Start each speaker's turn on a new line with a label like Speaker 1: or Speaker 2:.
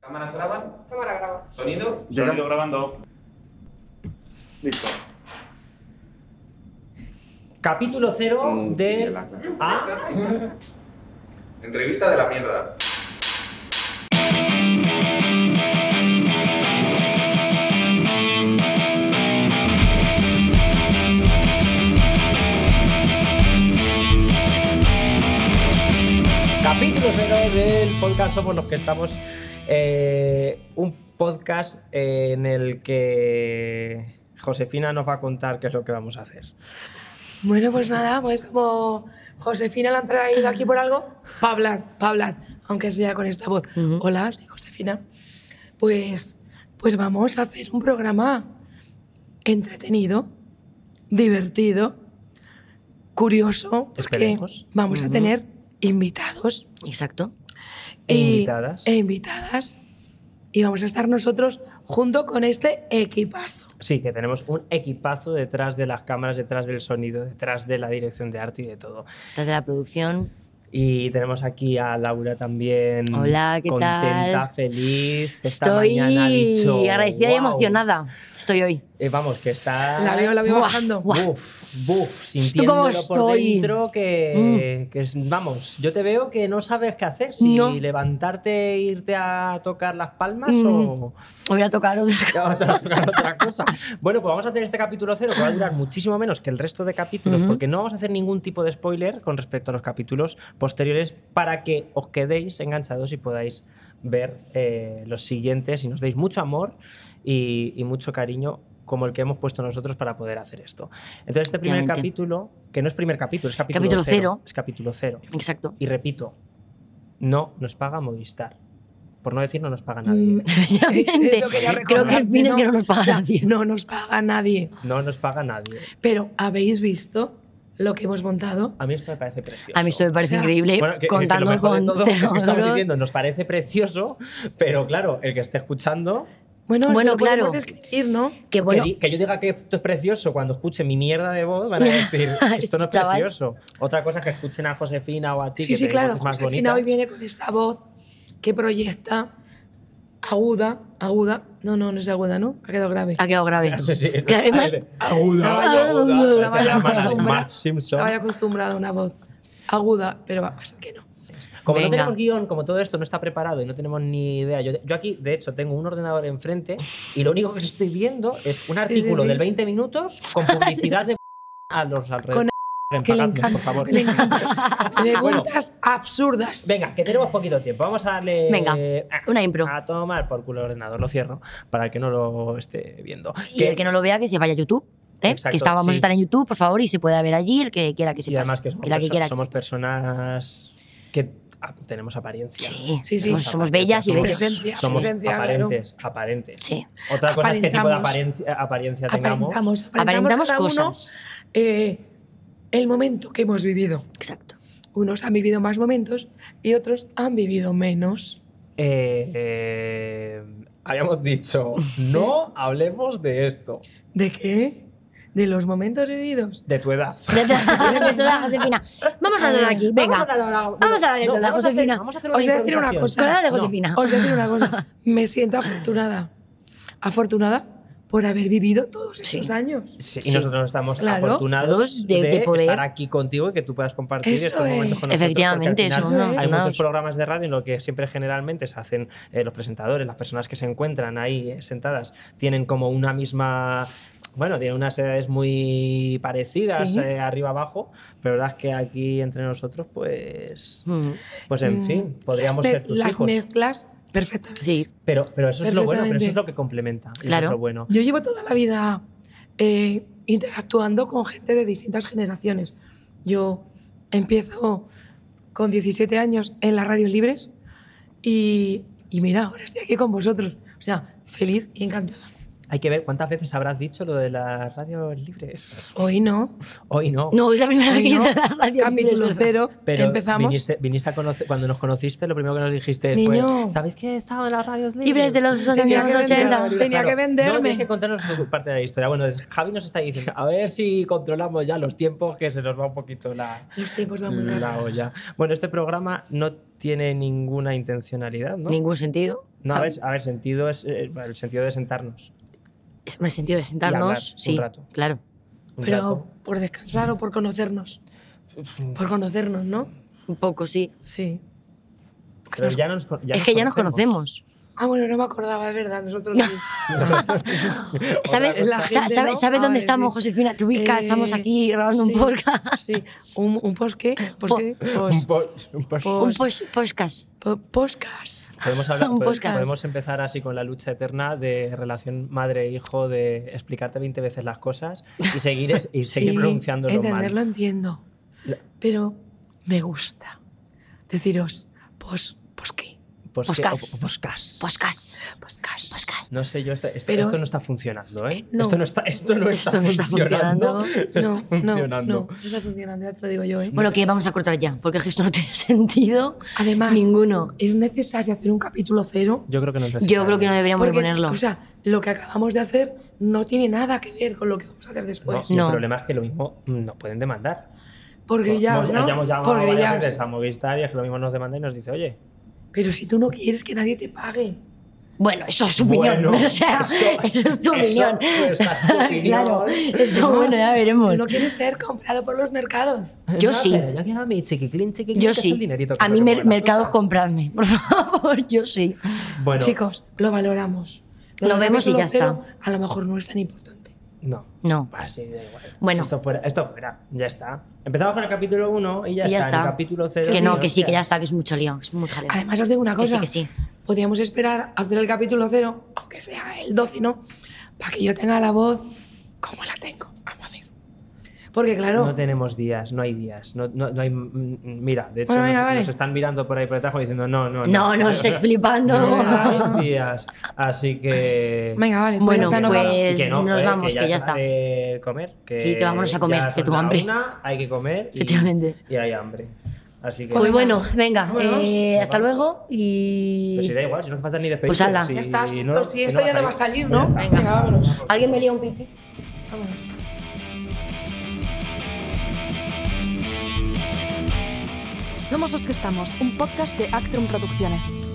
Speaker 1: ¿Cámaras graban?
Speaker 2: Cámara graba.
Speaker 1: ¿Sonido?
Speaker 3: Sonido grabando. Listo.
Speaker 4: Capítulo 0
Speaker 3: Mm,
Speaker 4: de...
Speaker 3: la-
Speaker 4: Ah,
Speaker 1: Entrevista de la mierda.
Speaker 4: capítulo 0 del podcast Somos los que estamos. eh, un podcast eh, en el que Josefina nos va a contar qué es lo que vamos a hacer.
Speaker 2: Bueno, pues nada, pues como Josefina la han traído aquí por algo, para hablar, para hablar, aunque sea con esta voz. Hola, soy Josefina. Pues, pues vamos a hacer un programa entretenido, divertido, curioso, porque
Speaker 4: Esperemos.
Speaker 2: vamos a tener invitados
Speaker 5: Exacto.
Speaker 4: E
Speaker 2: y-
Speaker 4: invitadas.
Speaker 2: e invitadas. Y vamos a estar nosotros junto con este equipazo.
Speaker 4: Sí, que tenemos un equipazo detrás de las cámaras, detrás del sonido, detrás de la dirección de arte y de todo.
Speaker 5: Estás de la producción.
Speaker 4: Y tenemos aquí a Laura también.
Speaker 5: Hola, ¿qué
Speaker 4: contenta,
Speaker 5: tal?
Speaker 4: feliz. Esta
Speaker 5: Estoy
Speaker 4: mañana ha dicho,
Speaker 5: agradecida y
Speaker 4: "Guau".
Speaker 5: emocionada. Estoy hoy.
Speaker 4: Eh, vamos, que está.
Speaker 2: La veo, la veo
Speaker 5: Buah,
Speaker 2: bajando.
Speaker 4: Buf, buf, sintiéndolo
Speaker 5: cómo
Speaker 4: por
Speaker 5: estoy? Mm.
Speaker 4: dentro que, que es- vamos, yo te veo que no sabes qué hacer, si
Speaker 5: No.
Speaker 4: levantarte e irte a tocar las palmas
Speaker 5: Mm.
Speaker 4: o
Speaker 5: Voy a tocar otra
Speaker 4: te vas a tocar otra cosa. Bueno, pues vamos a hacer este capítulo cero que va a durar muchísimo menos que el resto de capítulos
Speaker 5: Ujú.
Speaker 4: porque no vamos a hacer ningún tipo de spoiler con respecto a los capítulos posteriores para que os quedéis enganchados y podáis ver eh, los siguientes y nos deis mucho amor y, y mucho cariño como el que hemos puesto nosotros para poder hacer esto. Entonces, este primer
Speaker 5: Efectivamente.
Speaker 4: capítulo, que no es primer capítulo, es capítulo,
Speaker 5: Capítulo
Speaker 4: cero,
Speaker 5: cero.
Speaker 4: Es capítulo cero.
Speaker 5: Exacto.
Speaker 4: Y repito, no nos paga Movistar. Por no decir no nos paga nadie.
Speaker 2: Mm,
Speaker 5: Precisamente.
Speaker 2: Eso quería
Speaker 5: Creo que
Speaker 2: recordarte,
Speaker 5: el fin es que no nos paga
Speaker 2: O sea,
Speaker 5: nadie.
Speaker 2: No nos paga nadie.
Speaker 4: No nos paga nadie.
Speaker 2: Pero ¿habéis visto lo que hemos montado?
Speaker 4: A mí esto me parece precioso.
Speaker 5: A mí esto me parece
Speaker 2: O sea,
Speaker 5: increíble
Speaker 4: Bueno, que- que
Speaker 5: contando
Speaker 4: lo mejor de
Speaker 5: con
Speaker 4: todo es que
Speaker 5: cero
Speaker 4: estamos
Speaker 5: euros.
Speaker 4: diciendo, nos parece precioso, pero claro, el que esté escuchando,
Speaker 2: Bueno,
Speaker 5: Bueno,
Speaker 2: eso lo podemos
Speaker 5: claro.
Speaker 2: describir, ¿no?
Speaker 5: que
Speaker 4: que
Speaker 5: bueno,
Speaker 4: di- que, yo diga que esto es precioso cuando escuche mi mierda de voz, van a decir, esto no es
Speaker 5: Este chaval.
Speaker 4: precioso. Otra cosa es que escuchen a Josefina o a ti,
Speaker 2: Sí,
Speaker 4: que
Speaker 2: sí,
Speaker 4: tenéis
Speaker 2: claro.
Speaker 4: voces más
Speaker 2: Josefina
Speaker 4: bonitas.
Speaker 2: hoy viene con esta voz que proyecta aguda, aguda. No, no, no es aguda, ¿no? Ha quedado grave.
Speaker 5: ha quedado grave.
Speaker 4: Sí, sí.
Speaker 5: Claro, además-
Speaker 4: aguda,
Speaker 2: Estaba
Speaker 5: yo-
Speaker 4: aguda,
Speaker 2: estaba
Speaker 4: Más
Speaker 2: yo
Speaker 4: de
Speaker 2: acostumbrada-
Speaker 4: Marge Simpson.
Speaker 2: Estaba yo acostumbrada a una voz aguda, pero va a pasar que no.
Speaker 4: Como no
Speaker 5: Venga.
Speaker 4: tenemos guión, como todo esto no está preparado y no tenemos ni idea. Yo, yo aquí, de hecho, tengo un ordenador enfrente y lo único que estoy viendo es un artículo
Speaker 2: sí.
Speaker 4: del 20 minutos con publicidad de a los alrededores.
Speaker 2: Que le
Speaker 4: Pagadnos,
Speaker 2: encanta.
Speaker 4: por favor.
Speaker 2: que le encanta. Preguntas absurdas.
Speaker 4: Venga, que tenemos poquito tiempo. Vamos a darle
Speaker 5: Venga,
Speaker 4: a-
Speaker 5: una impro.
Speaker 4: a tomar por culo el ordenador. Lo cierro para el que no lo esté viendo.
Speaker 5: Y el que no lo vea, que se vaya a YouTube. ¿eh?
Speaker 4: Exacto,
Speaker 5: que está- vamos
Speaker 4: sí.
Speaker 5: a estar en YouTube, por favor, y se pueda ver allí el que quiera que se
Speaker 4: y
Speaker 5: pase.
Speaker 4: además que somos,
Speaker 5: y la que
Speaker 4: perso-
Speaker 5: quiera que
Speaker 4: somos
Speaker 5: se-
Speaker 4: personas que ah, tenemos apariencia.
Speaker 5: Sí,
Speaker 2: Sí, sí.
Speaker 5: Somos, somos bellas y
Speaker 2: Somos
Speaker 5: bellos.
Speaker 2: presentes. Presencia,
Speaker 4: somos
Speaker 2: presencia,
Speaker 4: aparentes, aparentes.
Speaker 5: Sí.
Speaker 4: Otra cosa es qué tipo de
Speaker 2: Aparentamos.
Speaker 4: apariencia, apariencia tengamos.
Speaker 2: Aparentamos, aparentamos,
Speaker 5: Aparentamos
Speaker 2: cada uno,
Speaker 5: cosas.
Speaker 2: eh, el momento que hemos vivido.
Speaker 5: Exacto.
Speaker 2: Unos han vivido más momentos y otros han vivido menos.
Speaker 4: Eh, eh, habíamos dicho, no hablemos de esto,
Speaker 2: ¿De qué? De los momentos vividos.
Speaker 4: de tu edad.
Speaker 5: Ya te- ya te da, Josefina. Vamos a hablar aquí, venga. Vamos a hablar de tu edad,
Speaker 4: vamos a hacer-
Speaker 5: Josefina.
Speaker 4: vamos a hacer
Speaker 2: Os voy a decir una
Speaker 4: improvisación.
Speaker 2: cosa.
Speaker 5: Con la edad de
Speaker 4: No,
Speaker 5: Josefina.
Speaker 2: Os voy a decir una cosa. Me siento afortunada. Afortunada por haber vivido todos estos
Speaker 5: Sí.
Speaker 2: años.
Speaker 4: sí, y
Speaker 5: Sí.
Speaker 4: nosotros estamos
Speaker 2: Claro.
Speaker 4: afortunados de,
Speaker 5: De- de poder.
Speaker 4: estar aquí contigo y que tú puedas compartir
Speaker 2: Eso
Speaker 4: estos momentos con nosotros.
Speaker 5: Efectivamente,
Speaker 4: porque al final
Speaker 5: somos
Speaker 4: Hay muchos
Speaker 5: afortunados.
Speaker 4: programas de radio en lo que siempre generalmente se hacen eh, los presentadores, las personas que se encuentran ahí eh, sentadas, tienen como una misma. Bueno, tienen unas edades muy parecidas,
Speaker 2: Sí.
Speaker 4: eh, arriba abajo, pero la verdad es que aquí entre nosotros, pues.
Speaker 5: Mm,
Speaker 4: Pues en
Speaker 2: Mm,
Speaker 4: fin, podríamos
Speaker 2: las me-
Speaker 4: ser tus
Speaker 2: Las
Speaker 4: hijos.
Speaker 2: mezclas perfectamente.
Speaker 5: Sí,
Speaker 4: Pero, pero eso es lo bueno, pero eso es
Speaker 2: Perfectamente.
Speaker 4: lo que complementa. y eso
Speaker 5: Claro.
Speaker 4: es lo bueno.
Speaker 2: Yo llevo toda la vida eh, interactuando con gente de distintas generaciones. Yo empiezo con 17 años en las radios libres y, y mira, ahora estoy aquí con vosotros. O sea, feliz y encantada.
Speaker 4: Hay que ver cuántas veces habrás dicho lo de las radios libres.
Speaker 2: Hoy no,
Speaker 4: Hoy no.
Speaker 5: No, es la primera vez
Speaker 2: hoy
Speaker 5: que
Speaker 2: no.
Speaker 5: hice la radio.
Speaker 2: capítulo
Speaker 5: libre.
Speaker 2: cero,
Speaker 4: Pero
Speaker 2: empezamos.
Speaker 4: viniste, viniste a conocer, cuando nos conociste, lo primero que nos dijiste
Speaker 2: Niño.
Speaker 4: fue, ¿sabéis que he estado en las radios libres?
Speaker 5: Libres de los
Speaker 2: Tenía que
Speaker 5: 80.
Speaker 2: vender- tenía que venderme.
Speaker 4: No, tienes que contarnos tu parte de la historia. Bueno, es- Javi nos está diciendo, a ver si controlamos ya los tiempos, que se nos va un poquito la,
Speaker 2: Los tiempos van muy
Speaker 4: la
Speaker 2: rápido.
Speaker 4: olla. Bueno, este programa no tiene ninguna intencionalidad, ¿no?
Speaker 5: Ningún sentido.
Speaker 4: No, a ver, a ver, sentido es eh, el sentido de sentarnos.
Speaker 5: Es en el sentido
Speaker 4: hablar
Speaker 5: de sentarnos,
Speaker 4: un
Speaker 5: sí.
Speaker 4: rato.
Speaker 5: Claro.
Speaker 4: Un
Speaker 2: Pero
Speaker 4: rato.
Speaker 2: por descansar o por conocernos. Por conocernos, ¿no?
Speaker 5: Un poco, sí.
Speaker 2: Sí.
Speaker 4: Pero ya nos, con- ya
Speaker 5: es que ya nos conocemos.
Speaker 2: Ah, bueno, no me acordaba, es verdad, nosotros sí.
Speaker 5: ¿Sabes
Speaker 2: cosa. La gente,
Speaker 5: sabe-
Speaker 2: ¿no?
Speaker 5: sabe dónde
Speaker 2: Vale,
Speaker 5: estamos,
Speaker 2: sí.
Speaker 5: Josefina? Te ubicas,
Speaker 2: Eh,
Speaker 5: estamos aquí grabando
Speaker 2: sí.
Speaker 5: un podcast.
Speaker 2: Sí, un, un post qué? ¿Post qué?
Speaker 4: Un
Speaker 2: Post,
Speaker 4: pos- un pos-
Speaker 2: Po-
Speaker 5: Un
Speaker 2: Pues-
Speaker 5: pos- podcast.
Speaker 2: po- podcast.
Speaker 4: podemos, hablar-
Speaker 5: un
Speaker 4: pode-
Speaker 5: podcast.
Speaker 4: podemos empezar así con la lucha eterna de relación madre-hijo, de explicarte 20 veces las cosas y seguir, es- y seguir
Speaker 2: Sí,
Speaker 4: pronunciándolo
Speaker 2: Entenderlo
Speaker 4: mal.
Speaker 2: entiendo.
Speaker 4: La-
Speaker 2: Pero me gusta deciros post, post qué?
Speaker 4: Pos-
Speaker 5: Podcast.
Speaker 4: Pues o- o- podcast.
Speaker 5: Podcast.
Speaker 2: Podcast.
Speaker 4: No sé yo, esta- esta-
Speaker 2: Pero-
Speaker 4: esto no está funcionando, ¿eh?
Speaker 2: Eh, no.
Speaker 4: Esto no está, esto no está
Speaker 5: Esto no está
Speaker 4: funcionando.
Speaker 5: funcionando.
Speaker 4: No está
Speaker 2: no,
Speaker 4: funcionando.
Speaker 2: no está funcionando, ya te lo digo yo. ¿eh?
Speaker 5: Bueno, que vamos a cortar ya, porque es que esto no tiene sentido
Speaker 2: Además,
Speaker 5: ninguno.
Speaker 2: es necesario hacer un capítulo cero.
Speaker 4: Yo creo que no es
Speaker 5: Yo
Speaker 4: necesario.
Speaker 5: creo que no deberíamos
Speaker 2: porque,
Speaker 5: ponerlo.
Speaker 2: O sea, lo que acabamos de hacer no tiene nada que ver con lo que vamos a hacer después.
Speaker 4: No, y
Speaker 5: No.
Speaker 4: El problema es que lo mismo nos pueden demandar.
Speaker 2: Por grillaos,
Speaker 4: Hemos-
Speaker 2: ¿no?
Speaker 4: hayamos llamado
Speaker 2: Por
Speaker 4: varias
Speaker 2: grillaos.
Speaker 4: veces a Movistar y es que lo mismo nos demanda y nos dice, oye,
Speaker 2: Pero si tú no quieres que nadie te pague.
Speaker 5: Bueno, eso es tu opinión.
Speaker 4: Bueno,
Speaker 5: o sea,
Speaker 4: eso-
Speaker 5: eso, es tu
Speaker 4: eso-
Speaker 5: opinión.
Speaker 4: esa es tu opinión.
Speaker 5: claro, eso
Speaker 2: No,
Speaker 5: bueno, ya
Speaker 2: Tú
Speaker 5: veremos.
Speaker 2: no quieres ser comprado por los mercados.
Speaker 5: Yo
Speaker 4: "No,
Speaker 5: sí.
Speaker 4: pero Yo quiero mi chiquiclín, chiquiclín,
Speaker 5: Yo
Speaker 4: que es el
Speaker 5: sí.
Speaker 4: dinerito que
Speaker 5: A
Speaker 4: es lo
Speaker 5: mí,
Speaker 4: que
Speaker 5: mer-
Speaker 4: mueve las
Speaker 5: mercados,
Speaker 4: cosas".
Speaker 5: compradme, por favor. Yo sí.
Speaker 4: Bueno,
Speaker 2: Chicos, lo valoramos.
Speaker 5: Lo
Speaker 2: del
Speaker 5: vemos y ya
Speaker 2: capítulo cero, A lo mejor no es tan importante.
Speaker 4: No.
Speaker 5: No.
Speaker 4: Ah, sí, da igual.
Speaker 5: Bueno.
Speaker 4: Esto fuera, esto fuera. Ya está. Empezamos con el capítulo 1 y ya,
Speaker 5: Y ya
Speaker 4: está. En el
Speaker 5: está.
Speaker 4: capítulo 0.
Speaker 5: Que no, que sí, que ya está, que es mucho lío, es muy jaleo.
Speaker 2: Además, os digo una
Speaker 5: Que sí,
Speaker 2: cosa.
Speaker 5: que sí.
Speaker 2: Podríamos esperar a hacer el capítulo cero, aunque sea el 12, ¿no? Para que yo tenga la voz como la tengo. Vamos a ver. Porque, claro,
Speaker 4: No tenemos días, no hay días. No, no, no hay, mm, mm, mira, de hecho,
Speaker 2: Bueno, venga,
Speaker 4: nos,
Speaker 2: vale.
Speaker 4: nos están mirando por ahí por detrás como diciendo, no, no,
Speaker 5: No,
Speaker 4: no.
Speaker 5: no, estáis flipando.
Speaker 4: No hay días. Así que.
Speaker 2: venga, vale. pues
Speaker 5: Bueno,
Speaker 2: ya está, no
Speaker 5: pues-
Speaker 2: vamos.
Speaker 4: Y que no,
Speaker 5: nos
Speaker 4: joder,
Speaker 5: vamos, que
Speaker 4: es
Speaker 5: ya
Speaker 4: hora
Speaker 5: está.
Speaker 4: de comer. Que
Speaker 5: Sí, que vámonos a comer,
Speaker 4: ya
Speaker 5: que
Speaker 4: son
Speaker 5: tengo
Speaker 4: la
Speaker 5: hambre.
Speaker 4: una, hay que comer. y-
Speaker 5: Efectivamente.
Speaker 4: Y, hay hambre. Así que.
Speaker 5: Pues bueno, venga,
Speaker 2: Vámonos.
Speaker 5: eh, hasta
Speaker 4: Vamos.
Speaker 5: luego
Speaker 4: Pues
Speaker 5: y.
Speaker 4: si da igual, si no hace falta ni despedirte.
Speaker 5: Pues hala.
Speaker 4: si
Speaker 2: Ya está, si
Speaker 4: no-
Speaker 2: esto, si
Speaker 4: si
Speaker 2: esto ya no va a salir, ¿no?
Speaker 4: Pues ya está.
Speaker 5: Venga.
Speaker 2: vámonos.
Speaker 5: ¿Alguien me lía un piti?
Speaker 2: Vámonos.
Speaker 6: Somos los que estamos, un podcast de Actrum Producciones.